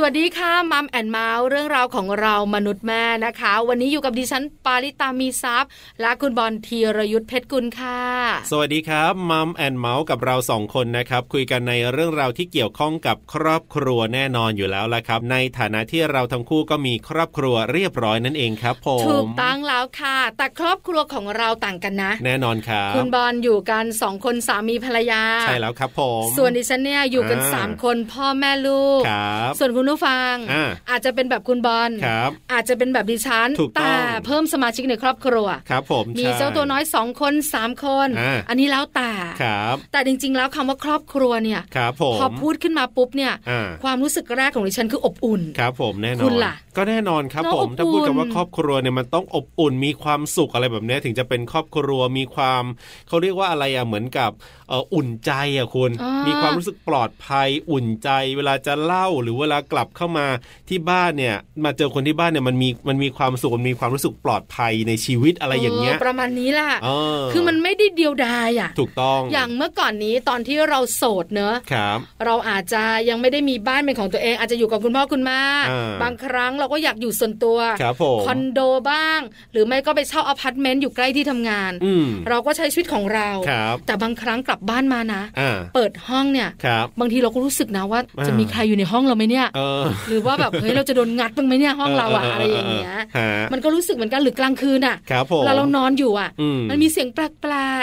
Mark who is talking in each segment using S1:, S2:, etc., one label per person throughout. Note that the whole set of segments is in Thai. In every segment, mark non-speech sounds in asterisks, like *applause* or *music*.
S1: สวัสดีค่ะมัมแอนเมาส์เรื่องราวของเรามนุษย์แม่นะคะ วันนี้อยู่กับดิฉันปาริตามีซัพย์และคุณบอลธีรยุทธเพชรกุลค่ะ
S2: สวัสดีครับมัมแอนเมาส์กับเราสองคนนะครับ คุยกันในเรื่องราวที่เกี่ยวข้องกับครอบครัวแน่นอนอยู่แล้วละครับ ในฐานะที่เราทั้งคู่ก็มีครอบครัวเรียบร้อยนั่นเองครับผม
S1: ถูกต้องแล้วค่ะ แต่ครอบครัวของเราต่างกันนะ
S2: แน่นอนครับ
S1: คุณบอลอยู่กันสองคนสามีภรรยา
S2: ใช่แล้วครับผม
S1: ส่วนดิฉันเนี่ยอยู่กัน
S2: อ่า
S1: สามคนพ่อแม่ลูก
S2: ครับ
S1: ส่วนคุณผู้ฟัง
S2: อ่า
S1: จจะเป็นแบบคุณบอล
S2: ครับ
S1: อาจจะเป็นแบบดิฉัน
S2: ถูกต้อง
S1: แต่เพิ่มสมาชิกในครอบครัว
S2: ครับผม
S1: มี
S2: ใช่
S1: เจ้าตัวน้อยสองคนสามคน
S2: อ่า
S1: อันนี้แล้วแต่
S2: ครับ
S1: แต่จริง ๆ แล้วคำว่าครอบครัวเนี่ย
S2: ครับผม
S1: พอพูดขึ้นมาปุ๊บเนี่ย
S2: อ่า
S1: ความรู้สึกแรกของดิฉันคืออบอุ่น
S2: ครับผมแน่นอน
S1: คุณล่ะ
S2: ก็แน่นอนครับ
S1: เนอะ
S2: ผ
S1: อบ
S2: ม
S1: อุ่น
S2: ถ้าพูดกันว่าครอบครัวเนี่ยมันต้องอบอุ่นมีความสุขอะไรแบบเนี้ยถึงจะเป็นครอบครัวมีความเขาเรียกว่าอะไรอ่ะเหมือนกับเอ่ออุ่นใจอ่ะคุณ
S1: อ่ามี
S2: มีความรู้สึกปลอดภัยอุ่นใจ เวลาจะเล่าหรือเวลากลับเข้ามาที่บ้านเนี่ย มาเจอคนที่บ้านเนี่ยมันมีมันมีความสุขมันมีความรู้สึกปลอดภัยในชีวิตอะไรอย่างเงี้ย
S1: ประมาณนี้แหละ
S2: เออ
S1: คือมันไม่ได้เดียวดายอะ
S2: ถูกต้อง
S1: อย่างเมื่อก่อนนี้ตอนที่เราโสดเนอะ
S2: ครับ
S1: เราอาจจะยังไม่ได้มีบ้านเป็นของตัวเอง อาจจะอยู่กับคุณพ่อคุณแม่
S2: า
S1: บางครั้งเราก็อยากอยู่ส่วนตัว
S2: ครับผม
S1: อนโดบ้าง หรือไม่ก็ไปเช่าอพาร์ตเมนต์อยู่ใกล้ที่ทำงาน
S2: อืม
S1: เราก็ใช้ชีวิตของเรา
S2: ครับ
S1: แต่บางครั้งกลับบ้านมานะ
S2: อ่า
S1: เปิดห้องเนี่ย
S2: ครับ
S1: บางทีเราก็รู้สึกนะว่า
S2: อ่า
S1: จะมีใครอยู่ในห้องเราไหมเนี่ย
S2: เออ
S1: หรือว่าแบบ เฮ้ยเราจะโดนงัดบ้างไหมเนี่ยห้องเราอะอะไรอย่างเงี้ย
S2: ฮะ
S1: มันก็รู้สึกเหมือนกันหรือกลางคืนอะ
S2: ครับผม
S1: เวลาเรานอนอยู่อะ
S2: อืม
S1: มันมีเสียงแปล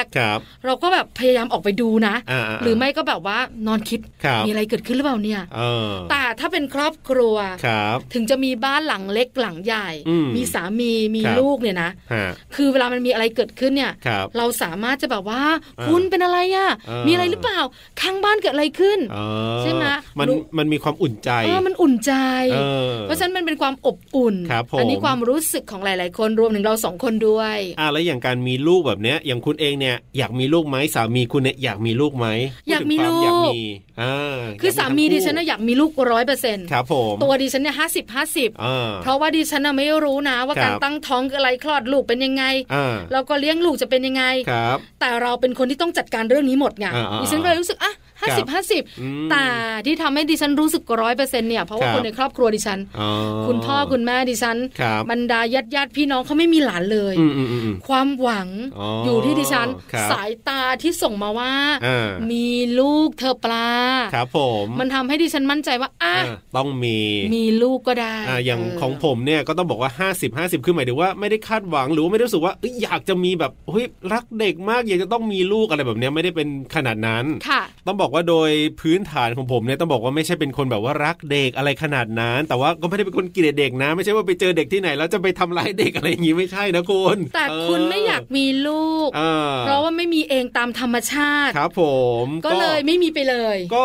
S1: ก
S2: ครับ
S1: ๆเราก็แบบพยายามออกไปดูนะ
S2: อ่าๆๆ
S1: หรือไม่ก็แบบว่านอนคิด
S2: ครับ
S1: มีอะไรเกิดขึ้นหรือเปล่าเนี่ย
S2: เออ
S1: แต่ถ้าเป็นครอบครัว
S2: ครับ
S1: ถึงจะมีบ้านหลังเล็กหลังใหญ่
S2: อืม
S1: มีสามีมี
S2: ครับ
S1: ลูกเนี่ยนะ
S2: ฮะ
S1: คือเวลามันมีอะไรเกิดขึ้นเนี่ย
S2: ครับ
S1: เราสามารถจะแบบว่า
S2: อ่า
S1: คุณเป็นอะไรอะ
S2: เออ
S1: มีอะไรหรือเปล่าข้างบ้านเกิดอะไรขึ้น
S2: เออ
S1: ใช่ไหม
S2: มัน
S1: รู้
S2: มันมีความอุ่นใจ
S1: เออมันอุ่นใจ
S2: เออ
S1: เพราะฉะนั้นมันเป็นความอบอุ่น
S2: ครับผม
S1: อันี้ความรู้สึกของหลาย ๆ คนรวมถึงเราสองคนด้วย
S2: อ่ะแล้วอย่างการมีลูกแบบเนี้ย อย่างคุณเองเนี่ยอยากมีลูกไหมสามีคุณเนี่ยอยากมีลูกไหม
S1: อยากมี
S2: พูด
S1: ลูก
S2: ถึงควอยากมีอ่า
S1: คือสามีดิฉันน่ะ
S2: อยาก
S1: อยากมีลูกร้อยเปอร์เซ็นต์
S2: ทั้งคู่ครับผม
S1: ตัวดิฉันเนี่ยห้าสิบห้าสิบ
S2: อ่า
S1: เพราะว่าดิฉันน่ะไม่รู้นะ ว่า
S2: ครับ
S1: การตั้งท้องคืออะไรคลอดลูกเป็นยังไง
S2: อ่า
S1: แล้วก็เลี้ยงลูกจะเป็นยังไง
S2: ครับ
S1: แต่เราเป็นคนที่ต้องจัดการเรื่องนี้หมดไง
S2: อ่าๆ
S1: ดิฉันก็เลยรู้สึกอ่ะ
S2: ครั
S1: ห้าสิบบห้าสิบ
S2: อืม
S1: แต่ที่ทำให้ดิฉันรู้สึกร้อยเปอร์เซ็นต์เนี่ยเพราะว่า
S2: ครับ
S1: คนในครอบครัวดิฉัน
S2: อ๋อ
S1: คุณพ่อคุณแม่ดิฉัน
S2: ครับ
S1: บรรดาญาติญาติๆพี่น้องเขาไม่มีหลานเลย
S2: อืมอืมอืมอืม
S1: ความหวัง
S2: อ๋ออ
S1: อยู่ที่ดิฉัน
S2: ครับ
S1: สายตาที่ส่งมาว่า
S2: อ่า
S1: มีลูกเธอปลา
S2: ครับผม
S1: มันทำให้ดิฉันมั่นใจว่าอ่ะ
S2: อ่าต้องมี
S1: มีลูกก็ได้
S2: อ่าอย่าง
S1: เ
S2: ของผมเนี่ยก็ต้องบอกว่า 50 50 คือหมายถึงว่าไม่ได้คาดหวังหรือว่าไม่ได้รู้สึกว่าเอ้ยอยากจะมีแบบเฮ้ยรักเด็กมากอยากจะต้องมีลูกอะไรแบบเนี้ยไม่ได้เป็นขนาดนั้น
S1: ค่ะ
S2: ต้องบอกว่าโดยพื้นฐานของผมเนี่ยต้องบอกว่าไม่ใช่เป็นคนแบบว่ารักเด็กอะไรขนาดนั้น แต่ว่าก็ไม่ได้เป็นคนเกลียดเด็กนะ ไม่ใช่ว่าไปเจอเด็กที่ไหนแล้วจะไปทำร้ายเด็กอะไรอย่างงี้ไม่ใช่นะคุณ
S1: แต่
S2: เ
S1: คุณไม่อยากมีลูก
S2: อ่
S1: เพราะว่าไม่มีเองตามธรรมชาติ
S2: ครับผม
S1: ก็เลยไม่มีไปเลย
S2: ก็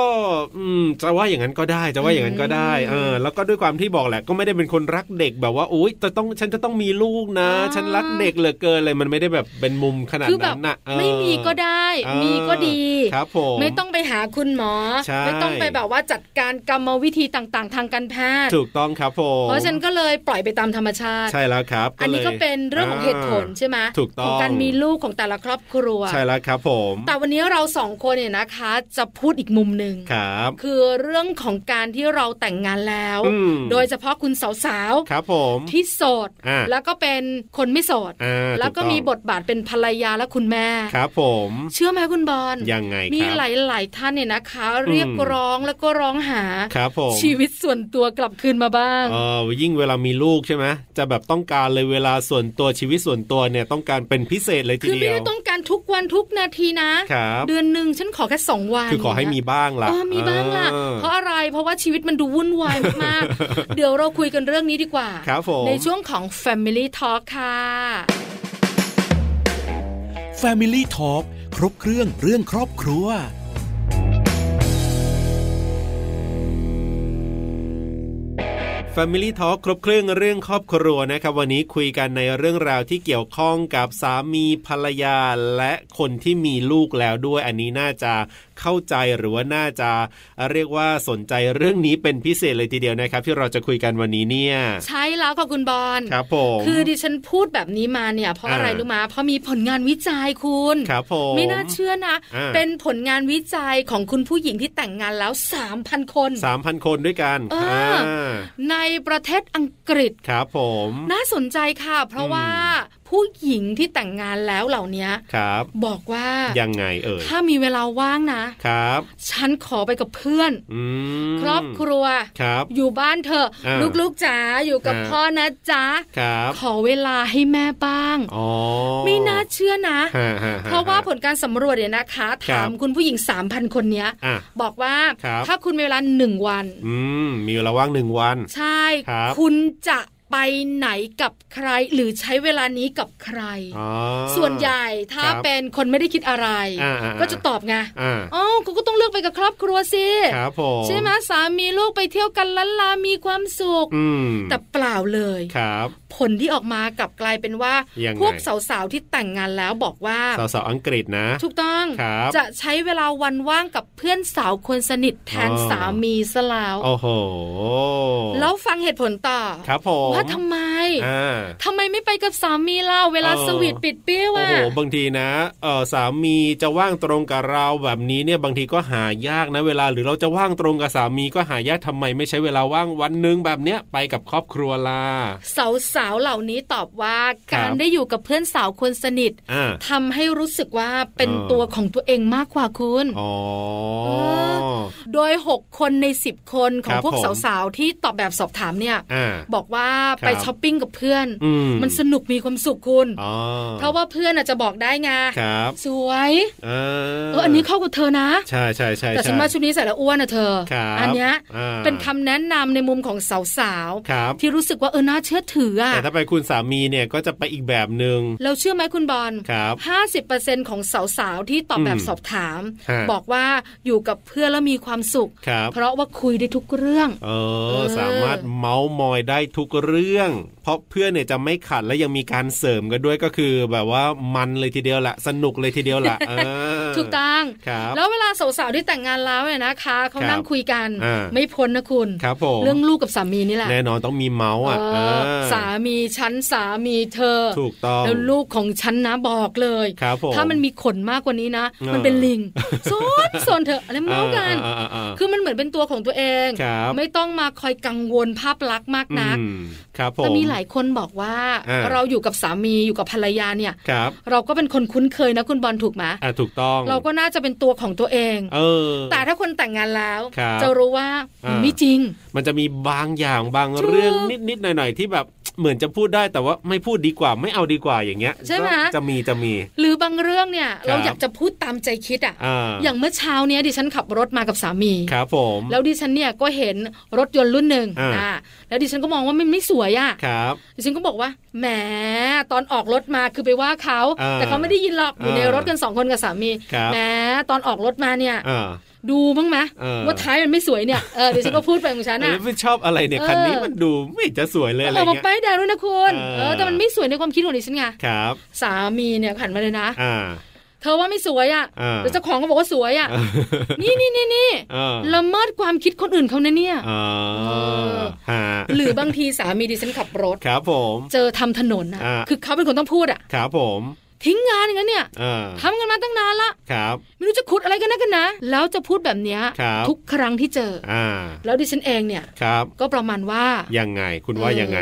S2: อืมจะว่าอย่างนั้นก็ได้จะว่าอย่างนั้นก็ได้เออแล้วก็ด้วยความที่บอกแหละก็ไม่ได้เป็นคนรักเด็กแบบว่าโอ๊ยจะต้องฉันจะต้องมีลูกนะ
S1: อ่า
S2: ฉันรักเด็กเหลือเกินเลยมันไม่ได้แบบเป็นมุมขนาด
S1: คือแบ
S2: นั้
S1: บ
S2: นน่ะเออ
S1: ไม่มีก็ได้
S2: เออ
S1: มีก็ดี
S2: ครับผม
S1: ไม่ต้องไปหาคุณหมอ
S2: ใช่
S1: ไม่ต้องไปแบบว่าจัดการกรรมวิธีต่างๆ ทางการแพทย์
S2: ถูกต้องครับผม
S1: เพราะฉะนันก็เลยปล่อยไปตามธรรมชาติ
S2: ใช่แล้วครับ
S1: อันนี้
S2: ลย
S1: ก็เป็นเรื่องของเหตุผลใช่ไหมา
S2: ถูกต้อง
S1: ของการมีลูกของแต่ละครอบครัว
S2: ใช่แล้วครับผม
S1: แต่วันนี้เราสองคนเนี่ยนะคะ จะพูดอีกมุมหนึ่ง
S2: ครับ
S1: คือเรื่องของการที่เราแต่งงานแล้ว
S2: อืม
S1: โดยเฉพาะคุณสาว
S2: ครับผม
S1: ๆที่โสด
S2: อ่า
S1: แล้วก็เป็นคนไม่โสด
S2: อ่า
S1: แล้วก็
S2: ถูต้อง
S1: มีบทบาทเป็นภรรยาและคุณแม่
S2: ครับผม
S1: เชื่อไหมคุณบอล
S2: ยังไงครับ
S1: มีหลาย ๆ ท่านเนี่ยนะคะ เรียกร้องแล้วก็ร้องหา
S2: ครับผม
S1: ชีวิตส่วนตัวกลับคืนมาบ้าง
S2: เออยิ่งเวลามีลูกใช่ไหมจะแบบต้องการเลยเวลาส่วนตัวชีวิตส่วนตัวเนี่ยต้องการเป็นพิเศษเลยที
S1: คือ
S2: เดี
S1: ไม่
S2: ยว
S1: ได้ต้องการทุกวันทุกนาทีนะ
S2: ครับ
S1: เดือนหนึ่งฉันขอแค่สองวัน
S2: คือขอให้มีบ้างล่ะ
S1: เออมีบ้างล่ะ
S2: เออ
S1: เพราะอะไร เพราะว่าชีวิตมันดูวุ่นวายมาก
S2: *laughs*
S1: ๆ เดี๋ยวเราคุยกันเรื่องนี้ดีกว่า
S2: ครับผม
S1: ในช่วงของ Family Talk ค่ะ
S3: Family Talk ครบเครื่องเรื่องครอบครัว
S2: Family Talk ครบเครื่องเรื่องครอบครัวนะครับวันนี้คุยกันในเรื่องราวที่เกี่ยวข้องกับสามีภรรยาและคนที่มีลูกแล้วด้วยอันนี้น่าจะเข้าใจหรือว่าน่าจะเรียกว่าสนใจเรื่องนี้เป็นพิเศษเลยทีเดียวนะครับ ที่เราจะคุยกันวันนี้เนี่ย
S1: ใช่แล้วค่ะคุณบอล
S2: ครับผม
S1: คือดิฉันพูดแบบนี้มาเนี่ยเพราะอะไร
S2: อ่า
S1: รู้มาเพราะมีผลงานวิจัยคุณ
S2: ครับผม
S1: ไม่น่าเชื่อนะ
S2: อ่า
S1: เป็นผลงานวิจัยของคุณผู้หญิงที่แต่งงานแล้ว 3,000 คน
S2: *laughs* สามพันคนด้วยกัน
S1: เอออ่
S2: า
S1: ในประเทศอังกฤษ
S2: ครับผม
S1: น่าสนใจค่ะ เพราะ
S2: อืม
S1: ว่าผู้หญิงที่แต่งงานแล้วเหล่านี้
S2: ครับ
S1: บอกว่า
S2: ยังไงเอ่ย
S1: ถ้ามีเวลาว่างนะ
S2: ครับ
S1: ฉันขอไปกับเพื่อน
S2: อืม
S1: ครอบครัว
S2: ครับ
S1: อยู่บ้านเถอะ
S2: อ่า
S1: ลูกๆจ๋าอยู่กับ
S2: อ่า
S1: พ่อนะจ๊ะ
S2: ครับ
S1: ขอเวลาให้แม่บ้าง
S2: อ๋อ
S1: ไม่น่าเชื่อนะ
S2: ฮะฮฮฮ
S1: เพราะว่าผลการสำรวจเนี่ยนะคะ ถามคุณผู้หญิง 3,000 คนเนี้ย
S2: อ่ะ
S1: บอกว่า
S2: ครับ
S1: ถ้าคุณมีเวลาหนึ่งวัน
S2: อืม มีเวลาว่างหนึ่งวัน
S1: ใช่
S2: ครับ
S1: ณจะไปไหนกับใคร หรือใช้เวลานี้กับใคร
S2: อ๋อ
S1: ส่วนใหญ่ถ้า
S2: ครับ
S1: เป็นคนไม่ได้คิดอะไร
S2: อ่าอ่า
S1: ก็จะตอบไง
S2: อ่า
S1: อ๋อกูก็ต้องเลือกไปกับครอบครัวสิ
S2: ครับผม
S1: ใช่ไหมสามีลูกไปเที่ยวกันล้านลามีความสุข
S2: อืม
S1: แต่เปล่าเลย
S2: ครับ
S1: ผลที่ออกมากลับกลายเป็นว่า ย
S2: งไง
S1: พวกสาวๆที่แต่งงานแล้วบอกว่า
S2: สาวสาวๆอังกฤษนะ
S1: ถูกต้อง
S2: ครับ
S1: จะใช้เวลาวันว่างกับเพื่อนสาวคนสนิทแทน
S2: อ๋อ
S1: สามีซะแล้ว
S2: โอ้โห
S1: แล้วฟังเหตุผลต่อ
S2: ครับผม
S1: ว่าทำไม
S2: อ่า
S1: ทำไมไม่ไปกับสามีเล่าเวลา
S2: เออ
S1: สวีทปิดเปี้ยว
S2: โอ้
S1: อ่ะ
S2: โหบางทีนะเออสามีจะว่างตรงกับเราแบบนี้เนี่ยบางทีก็หายากนะเวลาหรือเราจะว่างตรงกับสามีก็หายากทำไมไม่ใช้เวลาว่างวันหนึงแบบเนี้ยไปกับครอบครัวล่ะ
S1: สาวสาวๆเหล่านี้ตอบว่า
S2: ครับ
S1: การได้อยู่กับเพื่อนสาวคนสนิท
S2: อ่า
S1: ทำให้รู้สึกว่าเป็น
S2: เออ
S1: ตัวของตัวเองมากกว่าคุณ
S2: อ๋อ
S1: โดย 6 คนใน 10 คนของ
S2: ครับ
S1: พวก
S2: ผม
S1: สาวๆที่ตอบแบบสอบถามเนี่ย
S2: อ่า
S1: บอกว่า
S2: ครับ
S1: ไปช้อปปิ้งกับเพื่อน
S2: อืม
S1: มันสนุกมีความสุขคุณ
S2: อ๋อ
S1: เพราะว่าเพื่อนอาจจะบอกได้ไง
S2: ครับ
S1: สวย
S2: เอ
S1: เอออันนี้เข้ากับเธอนะ
S2: ใช่ใช่ใช่
S1: แต่ฉัน
S2: ใช่
S1: ว่าชุดนี้ใส่แล้วอ้วนนะเธอ
S2: ครับ
S1: อันเนี้ย
S2: อ่า
S1: เป็นคำแนะนำในมุมของสาว
S2: ครับ
S1: ๆที่รู้สึกว่าเออน่าเชื่อถืออ่ะ
S2: แต่ถ้าไปคุณสามีเนี่ยก็จะไปอีกแบบหนึ่ง
S1: เราเชื่อไหมคุณบอล
S2: ครับ
S1: 50%ของสาวๆที่ตอบ
S2: อืม
S1: แบบสอบถาม
S2: ฮะ
S1: บอกว่าอยู่กับเพื่อนแล้วมีความสุข
S2: ครับ
S1: เพราะว่าคุยได้ทุกเรื่อง
S2: เอ
S1: เอ
S2: อ
S1: อ
S2: สามารถเมาส์มอยได้ทุกเรื่อง เพราะเพื่อนเนี่ยจะไม่ขัดและยังมีการเสริมกันด้วยก็คือแบบว่ามันเลยทีเดียวละสนุกเลยทีเดียวละเออ
S1: *laughs* ถูกต้อง
S2: ครับ
S1: แล้วเวลาสาวๆที่แต่งงานแล้วเนี่ยนะคะเขา
S2: ครับ
S1: นั่งคุยกัน
S2: อ่า
S1: ไม่พ้นนะคุณ
S2: ครับผม
S1: เรื่องลูกกับสามีนี่แหละ
S2: แน่นอนต้องมีเมาส์อ่ะ
S1: เออ
S2: เออ
S1: สามีฉันสามีเธอ
S2: ถูกต้อง
S1: แล้วลูกของฉันนะบอกเลย
S2: ครับผม
S1: ถ้ามันมีขนมากกว่านี้นะ
S2: เออ
S1: มันเป็นลิ
S2: *laughs*
S1: งโซนโซนเถอะอะไรเมาส์กัน
S2: อ่าๆๆๆ
S1: คือมันเหมือนเป็นตัวของตัวเอง
S2: ครับ
S1: ไม่ต้องมาคอยกังวลภาพลักษณ์มากนัก
S2: อืมครับผม
S1: แต่มีหลายคนบอกว่า
S2: อ่า
S1: เราอยู่กับสามีอยู่กับภรรยาเนี่ย
S2: ครับ
S1: เราก็เป็นคนคุ้นเคยนะคุณบอลถูกไหม
S2: อ่ะถูกต้อง
S1: เราก็น่าจะเป็นตัวของตัวเอง
S2: เออ
S1: แต่ถ้าคนแต่งงานแล้ว
S2: ครับ
S1: จะรู้ว่า
S2: อ่า
S1: ไม่จริง
S2: มันจะมีบางอย่างบาง
S1: ถูก
S2: เรื่องนิดๆหน่อยๆที่แบบเหมือนจะพูดได้แต่ว่าไม่พูดดีกว่าไม่เอาดีกว่าอย่างเงี้ย
S1: ใช่ไหม
S2: ก็จะมีจะมี
S1: หรือบางเรื่องเนี่ย
S2: ครับ
S1: เราอยากจะพูดตามใจคิดอ่ะ
S2: อ่า
S1: อย่างเมื่อเช้าเนี้ยดิฉันขับรถมากับสามี
S2: ครับผม
S1: แล้วดิฉันเนี่ยก็เห็นรถยนต์รุ่นหนึ่ง
S2: อ่า
S1: อ่าแล้วดิฉันก็มองว่ามันไม่สวยอะ่ะ
S2: ครับ
S1: ดิฉันก็บอกว่า แหม ตอนออกรถมาคือไปว่าเขา
S2: อ่า
S1: แต่เขาไม่ได้ยินหรอก อยู่ใน
S2: อ่ารร
S1: ถกันสองคนกับสามี
S2: ครับ
S1: แหม ตอนออกรถมาเนี่ย
S2: อ่า
S1: ดูบ้างไหม
S2: เออ
S1: ว่าท้ายมันไม่สวย
S2: *laughs*
S1: เนี่ย เออดิฉันก็พูดไปของฉัน
S2: เอ้
S1: อ่ะ
S2: ยไม่ชอบอะไรเนี่ยคันนี้
S1: เออ
S2: มันดูไม่เห็นจะสวยเลยอะไร
S1: ออกมา
S2: เงี้ย
S1: ป้ายแดงด้วยนะคุณ
S2: เออ
S1: เออ แต่มันไม่สวยในความคิดของดิฉันไง
S2: ครับ
S1: สามีเนี่ยหันมาเลยนะ
S2: อ่า
S1: เธอว่าไม่สวยอ่ะ
S2: อ่า
S1: แล้วเจ้าของก็บอกว่าสวยอ่ะ นี่นี่นี่นี่
S2: เออ
S1: ละเมิดความคิดคนอื่นเขานะเนี่ย
S2: อ่า
S1: อ
S2: ฮะ
S1: หรือบางทีสามีดิฉันขับรถ
S2: ครับผม
S1: เจอทำถนนนะ
S2: อ่า
S1: คือเขาเป็นคนต้องพูดอะ
S2: ครับผม
S1: ทิ้งงานอย่างนั้นเนี่ย
S2: อ่า
S1: ทำกันมาตั้งนานละ
S2: ครับ
S1: ไม่รู้จะขุดอะไรกันนะกันนะ แล้วจะพูดแบบเนี้ย
S2: ครับ
S1: ทุกครั้งที่เจอ
S2: อ่า
S1: แล้วดิฉันเองเนี่ย
S2: ครับ
S1: ก็ประมาณว่า
S2: ยังไงคุณว่า
S1: เออ
S2: ยังไง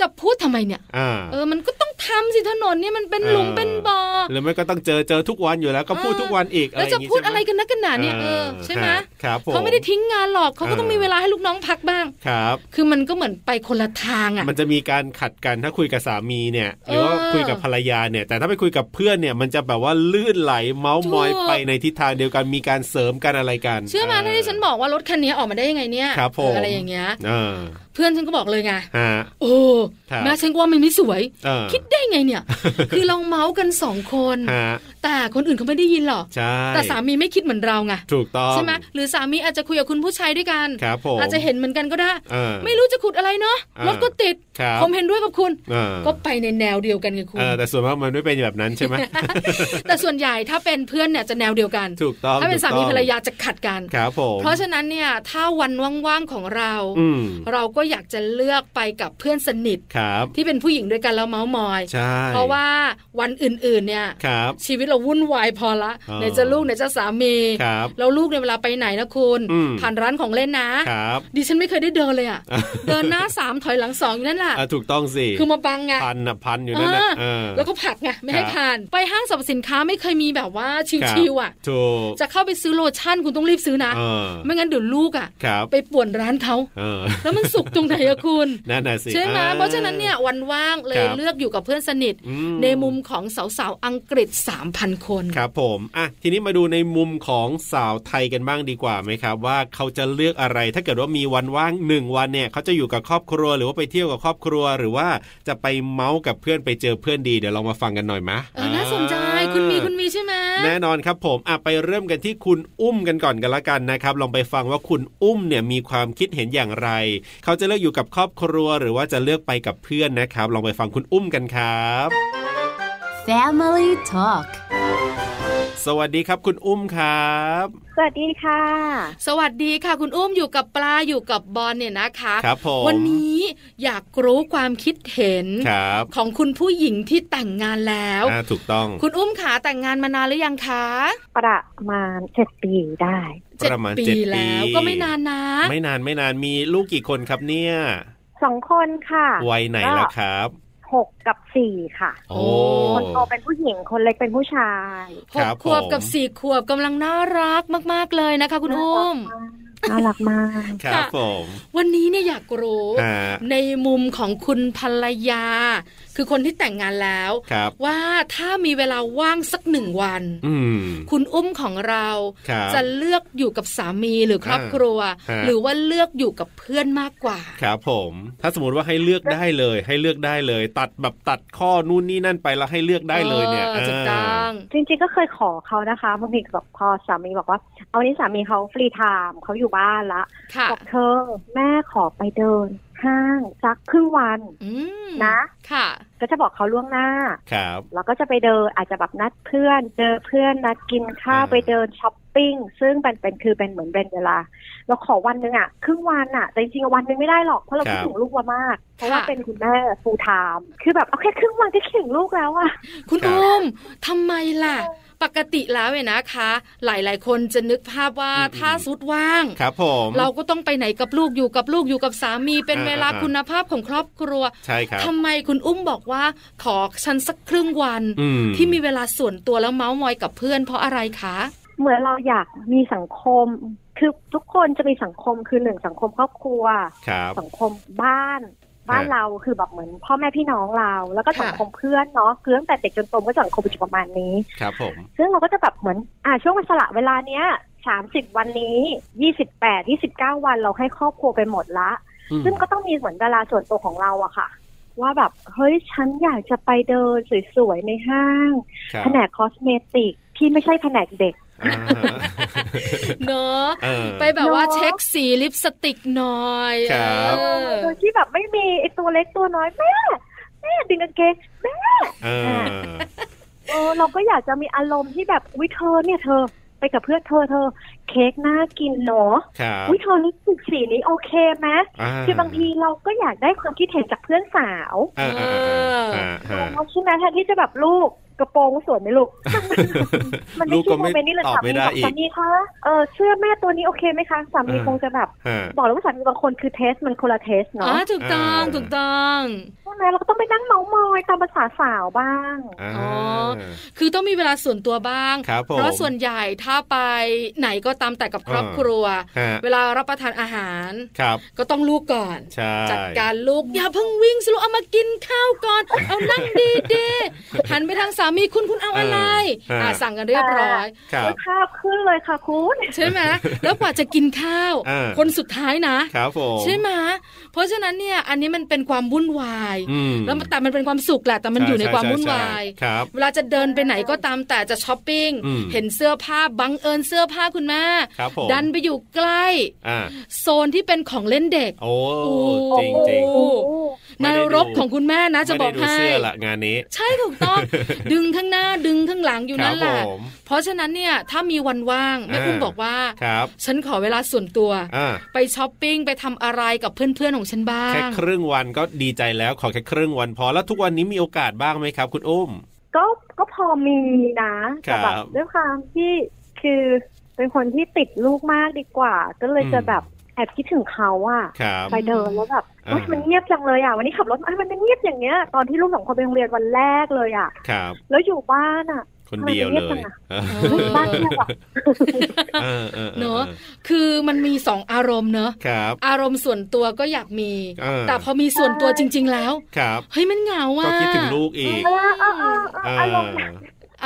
S1: จะพูดทำไมเนี่ย
S2: อ่า
S1: เออ มันก็ต้องทำสิถนนเนี่ยมันเป็นหลุม
S2: เออ
S1: เป็นบอ่อ
S2: หรือไม่ก็ต้องเจอเจอทุกวันอยู่แล้วก็พูด
S1: เออ
S2: ทุกวันอีก
S1: แล้วจะพูดอะไร
S2: ย่าง
S1: กั
S2: งี้
S1: นนะกันหนา
S2: ใช่หม
S1: เนี่ยเออใช่ไหม
S2: ฮะครับผม
S1: เขาไม่ได้ทิ้งงานหรอกเขาก็
S2: เออ
S1: ต้องมีเวลาให้ลูกน้องพักบ้าง
S2: ครับ
S1: คือมันก็เหมือนไปคนละทางอะ
S2: มันจะมีการขัดกันถ้าคุยกับสามีเนี่ยหรือว่า
S1: เออ
S2: คุยกับภรรยาเนี่ย แต่ถ้าไปคุยกับเพื่อนเนี่ยมันจะแบบว่าลื่นไหลเมาส์มอย
S1: ถูก
S2: ไปในทิศทางเดียวกันมีการเสริมกันอะไรกัน
S1: เชื่อมาถ้าที่ฉันบอกว่ารถคันนี้ออกมาได้ยังไงเนี่ย
S2: ครับผ
S1: เอ
S2: ม
S1: ออะไรอย่างเงี้ย
S2: เออ
S1: เพื่อนฉันก็บอกเลยไง
S2: ฮะ
S1: โอ้
S2: ครับ
S1: แม่ฉันก็ว่ามันไม่สวย
S2: เออ
S1: คิด ได้ไงเนี่ย
S2: *laughs*
S1: คือเราเมาส์กันสองคน
S2: ฮะ
S1: แต่คนอื่นเขาไม่ได้ยินหรอก
S2: ใช่
S1: แต่สามีไม่คิดเหมือนเราไง
S2: ถูกต้อง
S1: ใช่ไหมหรือสามีอาจจะคุยกับคุณผู้ชายด้วยกัน
S2: ครับผม
S1: อาจจะเห็นเหมือนกันก็ได้
S2: เออ
S1: ไม่รู้จะขุดอะไรเนาะ
S2: เออ
S1: รถก็ติด
S2: ครับ
S1: ผมเห็นด้วยกับคุณ
S2: เออ
S1: ก็ไปในแนวเดียวกันไงคุณ
S2: เออแต่ส่วนมากมันไม่เป็นแบบนั้น
S1: *laughs*
S2: ใช่ไหม
S1: แต่ส่วนใหญ่ถ้าเป็นเพื่อนเนี่ยจะแนวเดียวกัน
S2: ถูกต้อง
S1: ถ้าเป็น
S2: ถูก
S1: สามี
S2: ต้อง
S1: ภรรยาจะขัดกัน
S2: ครับผม
S1: เพราะฉะนั้นเนี่ยถ้าวันว่างๆของเรา
S2: อืม
S1: เราก็อยากจะเลือกไปกับเพื่อนสนิท
S2: ครับ
S1: ที่เป็นผู้หญิงด้วยกันแล้วเมาส์มอย
S2: ใช่
S1: เพราะว่าวันอื่นๆเนี่ย
S2: ครับ
S1: ชีวิตเราวุ่นวายพอละ
S2: อ๋อ
S1: ไหนจะลูกไหนจะสามี
S2: ครับ
S1: แล้วลูกเนี่ยเวลาไปไหนนะคุณ
S2: อืม
S1: ผ่านร้านของเล่นนะ
S2: ครับ
S1: ดิฉันไม่เคยได้เดินเลย
S2: *laughs*
S1: อะ
S2: อ่ะ
S1: เดินหน้าสามถอยหลังสองอยู่นั่นแหละ
S2: อ่ะถูกต้องสิ
S1: คือมาบังไง
S2: พันนะพันอยู่นั่นนะ
S1: เออ
S2: เออ
S1: แล้วก็ผลักไงไม่ให้
S2: ครับ
S1: ผ่าน ไปห้างสรรพสินค้าไม่เคยมีแบบว่า
S2: ครับ
S1: ชิวๆอ่ะ
S2: ถูก
S1: จะเข้าไปซื้อโลชั่นคุณต้องรีบซื้อนะ
S2: เออ
S1: ไม่งั้นเดี๋ยวลูกอ่ะ
S2: ครับ
S1: ไปป่วนร้านเขา
S2: เออ
S1: แล้วมันสุกตรงไหนอะคุณ
S2: นั่นน่ะสิ
S1: ใช่ไหม
S2: อ่
S1: เพราะฉะนั้นเนี่ยวันว่างเล
S2: ค
S1: ย
S2: รับ
S1: เลือกอยู่กับเพื่อนสนิท
S2: อืม
S1: ในมุมของสาวๆอังกฤษ 3,000 คน
S2: ครับผมอ่ะทีนี้มาดูในมุมของสาวไทยกันบ้างดีกว่าไหมครับ ว่าเขาจะเลือกอะไร ถ้าเกิดว่ามีวันว่างหนึ่งวันเนี่ยเขาจะอยู่กับครอบครัวหรือว่าไปเที่ยวกับครอบครัวหรือว่าจะไปเมาส์กับเพื่อนไปเจอเพื่อนดีเดี๋ยวลองมาฟังกันหน่อยมะ
S1: เออน่าสนใจคุณมีคุณมีใช่ไหม
S2: แน่นอนครับผมอ่ะไปเริ่มกันที่คุณอุ้มกันก่อนกันละกันนะครับ ลองไปฟังว่าคุณอุ้มเนี่ยมีความคิดเห็นอย่างไร เขาจะเลือกอยู่กับครอบครัว หรือว่าจะเลือกไปกับเพื่อนนะครับ ลองไปฟังคุณอุ้มกันครับ
S4: Family Talk
S2: สวัสดีครับ คุณอุ้มครับ
S5: สวัสดีค่ะ
S1: สวัสดีค่ะ คุณอุ้มอยู่กับปลาอยู่กับบอลเนี่ยนะคะ
S2: ครับผม
S1: วันนี้อยากรู้ความคิดเห็น
S2: ครับ
S1: ของคุณผู้หญิงที่แต่งงานแล้ว
S2: อ่าถูกต้อง
S1: คุณอุ้มขาแต่งงานมานานหรือยังคะ
S5: ประมาณเจ็ดปีได้
S2: ประมาณ
S1: ปี
S2: เจ็ดปี
S1: แล้วก็ไม่นานนะ
S2: ไม่นานไม่นานมีลูกกี่คนครับเนี่ย
S5: สองคนค่ะ
S2: วัยไหนล่ะครับ
S5: หกกับสี่ค่ะ
S1: โอ้
S5: คนโตเป็นผู้หญิง คนเล็กเป็นผู้ชาย
S1: ห
S2: ค
S1: ก
S2: รับ
S1: ขวบ
S2: ผม
S1: กับสี่ขวบกำลังน่ารักมาก ๆ เลยนะคะ คุณอุ้ม
S5: น่ารักมาก
S2: ครับ
S1: ค่ะ
S2: ผม
S1: วันนี้เนี่ยอยากรู้
S2: ฮะ
S1: ในมุมของคุณภรรยา คือคนที่แต่งงานแล้ว
S2: ครับ
S1: ว่าถ้ามีเวลาว่างสักหนึ่งวัน
S2: อืม
S1: คุณอุ้มของเรา
S2: ครับ
S1: จะเลือกอยู่กับสามีหรือครอบครัว
S2: อ่าฮะ
S1: หรือว่าเลือกอยู่กับเพื่อนมากกว่า
S2: ครับผม ถ้าสมมติว่าให้เลือกได้เลย ให้เลือกได้เลย ตัดแบบตัดข้อนู่นนี่นั่นไปแล้วให้เลือกได้เลยเนี่ย
S1: ออถูก
S2: อ่า
S1: ต้อง
S5: จริงๆก็เคยขอเขานะคะบางทีแบบพอสามีบอกว่า เอาวันนี้สามีเขาฟรีไทม์เขาอยู่บ้านละ
S1: ค่ะ
S5: บอกเธอ แม่ขอไปเดิน ห้างสักครึ่งวัน
S1: อืม
S5: นะ
S1: ค่ะ
S5: ก็จะบอกเขาล่วงหน้า
S2: ครับ
S5: เราก็จะไปเดินอาจจะแบบนัดเพื่อนเจอเพื่อนนัดกินข้าว
S2: อ่า
S5: ไปเดินช้อปปิ้งซึ่งเป็นเป็นคือเป็นเหมือนเป็นเวลา เราขอวันหนึ่งอะครึ่งวันอะแต่จริงๆวันหนึ่งไม่ได้หรอกเพราะเราคิดถึงลูกเรามาก เพราะว่า
S1: ค่ะ
S5: เป็นคุณแม่ฟูลไทม์คือแบบเอาแค่ครึ่งวันก็คิดถึงลูกแล้วอะ
S1: คุณ
S2: ครับ
S1: อุ้มทำไมล่ะ ปกติแล้วเนี่ยนะคะ หลายๆ คนจะนึกภาพว่าถ้าสุดว่าง
S2: ครับผม
S1: เราก็ต้องไปไหนกับลูกอยู่กับลูกอยู่กับสามีเป็น
S2: อ่า
S1: เวลา
S2: อ่า
S1: คุณภาพของครอบครัว
S2: ใช่ครับ
S1: ทำไมคุณอุ้มบอกว่าขอฉันสักครึ่งวัน
S2: อืม
S1: ที่มีเวลาส่วนตัวแล้วเมาส์มอยกับเพื่อนเพราะอะไรคะ
S5: เหมือนเราอยากมีสังคม คือทุกคนจะมีสังคมคือหนึ่งสังคมครอบครัว
S2: ครับ
S5: สังคมบ้าน บ้าน
S2: ฮะ
S5: เราคือแบบเหมือนพ่อแม่พี่น้องเรา แล้วก็สัง
S1: ค่ะ
S5: คมเพื่อนเนาะคือตั้งแต่เด็กจนโตก็สังคมอยู่ประมาณนี้
S2: ครับผม
S5: ซึ่งเราก็จะแบบเหมือน อ่าช่วงวันสละเวลาเนี้ยสามสิบวันนี้ยี่สิบแปดยี่สิบเก้าวันเราให้ครอบครัวไปหมดละ
S2: อืม
S5: ซึ่งก็ต้องมีเหมือนเวลาส่วนตัวของเราอะค่ะ ว่าแบบ เฮ้ย ฉันอยากจะไปเดินสวยๆ ในห้าง
S2: ครับ
S5: แผนกคอสเมติก ที่ไม่ใช่แผนกเด็ก
S2: อ่า
S1: เนอะ
S2: เออ
S1: ไปแบบว่า
S5: เนอะ
S1: เช็คสีลิปสติกหน่อย
S2: ครับ
S1: เออ
S5: โดยที่แบบไม่มีไอตัวเล็กตัวน้อยแม่แม่ดึงกางเกงแม่
S2: เออ
S5: เออเราก็อยากจะมีอารมณ์ที่แบบวิเธอเนี่ยเธอ ไปกับเพื่อนเธอเธอ เค้กน่ากินเนาะ
S2: ครับ
S5: วิเธอรู้สึกสีนี้โอเคไหม
S2: า
S5: คือบางทีเราก็อยากได้ความคิดเห็นจากเพื่อนสาว
S2: อ่าอ่าอ่าอ่า
S5: เราใช่ไหมแทนที่จะแบบลูกกระโปรงสวยไหม
S2: *laughs*
S5: ลูก มัน
S2: ลู
S5: ไม่
S2: กก็
S5: ใช่โม
S2: ไม่
S5: เมนต์นี้เลย
S2: ตอบ
S5: สา
S2: ไม่
S5: มี
S2: ได้
S5: บอก
S2: อีก
S5: สามีคะเออเสื้อแม่ตัวนี้โอเคไหมคะสามี
S2: อ่า
S5: คงจะแบบ
S2: ฮะ
S5: บอกแล้วว่าสามีบางคนคือเทสมันคนละเทสเนาะ
S1: อ่าถูกต้อง
S2: เออ
S1: ถูกต้อง
S5: ใช่ไหมเราก็ต้องไปนั่งเมาส์มอยตามภาษาสาวบ้าง
S2: อ่า
S1: อ๋อ คือต้องมีเวลาส่วนตัวบ้าง
S2: ครับผม
S1: เพราะส่วนใหญ่ถ้าไปไหนก็ตามแต่กับครอบ
S2: เออ
S1: ครัว
S2: ฮะ
S1: เวลารับประทานอาหาร
S2: ครับ
S1: ก็ต้องลูกก่อน
S2: ใช่
S1: จัด
S2: *laughs*
S1: การลูกอย่าเพิ่งวิ่งสลูกเอามากินข้าวก่อน เอานั่งดีๆหันไปทางสา มีคุณคุณเอาอะไร
S2: เอออ่
S1: ะสั่งกันเรียบร้อย
S2: ครับ
S5: ภาพขึ้นเลยค่ะคุณ
S1: ใช่ไหมแล้วกว่าจะกินข้าว
S2: อ่า
S1: คนสุดท้ายนะ
S2: ครับผม
S1: ใช่ไหมเพราะฉะนั้นเนี่ยอันนี้มันเป็นความวุ่นวาย
S2: อืม
S1: แล้วแต่มันเป็นความสุขแหละแต่มันอยู่ในความวุ่นวาย
S2: ใช่ใช่ใช่ครับ
S1: เวลาจะเดินไปไหนก็ตามแต่จะช้อปปิ้ง
S2: อืม
S1: เห็นเสื้อผ้าบังเอิญเสื้อผ้าคุณแม่
S2: ครับผม
S1: ดันไปอยู่ใกล้
S2: อ่า
S1: โซนที่เป็นของเล่นเด็ก
S2: โอ้
S1: โอ้
S2: จริงจริง
S1: โอ้
S2: ไม่
S1: น
S2: ได้ดู
S1: รกของคุณแม่นะจะบอก
S2: ไม่ได้
S1: ให้
S2: ดูเสื้อละงานนี้
S1: ใช่ถูก
S2: *laughs*
S1: ต้อง ดึงข้างหน้าดึงข้างหลังอยู่นั่นแหละ
S2: ครับผม
S1: เพราะฉะนั้นเนี่ยถ้ามีวันว่างแม่
S2: อ่า
S1: อุ้มบอกว่า
S2: ครับ
S1: ฉันขอเวลาส่วนตัว
S2: อ่า
S1: ไปช้อปปิ้งไปทำอะไรกับเพื่อนๆของฉันบ้า
S2: แค่
S1: ง
S2: ครึ่งวันก็ดีใจแล้วขอแค่ครึ่งวันพอแล้วทุกวันนี้มีโอกาสบ้างไหมครับ คุณอุ้ม
S5: ก็ก็พอมีนะ
S2: ครั
S5: แต่
S2: บ
S5: แบบด้วยความที่คือเป็นคนที่ติดลูกมากดีกว่า ก็เลย
S2: อืม
S5: จะแบบแอบคิดถึงเขาอะ
S2: ครับ
S5: ไปเดินแล้วแบบ
S2: อ่า
S5: เฮ้ยมันเงียบจังเลยอะวันนี้ขับรถมามันเงียบอย่างเงี้ยตอนที่ลูกสองคนไปโรงเรียนวันแรกเลยอะ
S2: ครับ
S5: แล้วอยู่บ้านอะ
S2: คนเดียวเลย
S1: เออ
S5: บ้านเงียบอะ
S2: เออเออออ
S1: เนอะ คือมันมีสองอารมณ์เนอะ
S2: ครับ
S1: อารมณ์ส่วนตัวก็อยากมี
S2: เออ
S1: แต่พอมีส่วนตัวจริง ๆ แล้ว
S2: ครับ
S1: เฮ้ยมันเหงา
S2: ก็
S1: อ่ะ
S2: คิดถึงลูกอีก
S5: เออเออเออเอออารมณ์
S2: เออ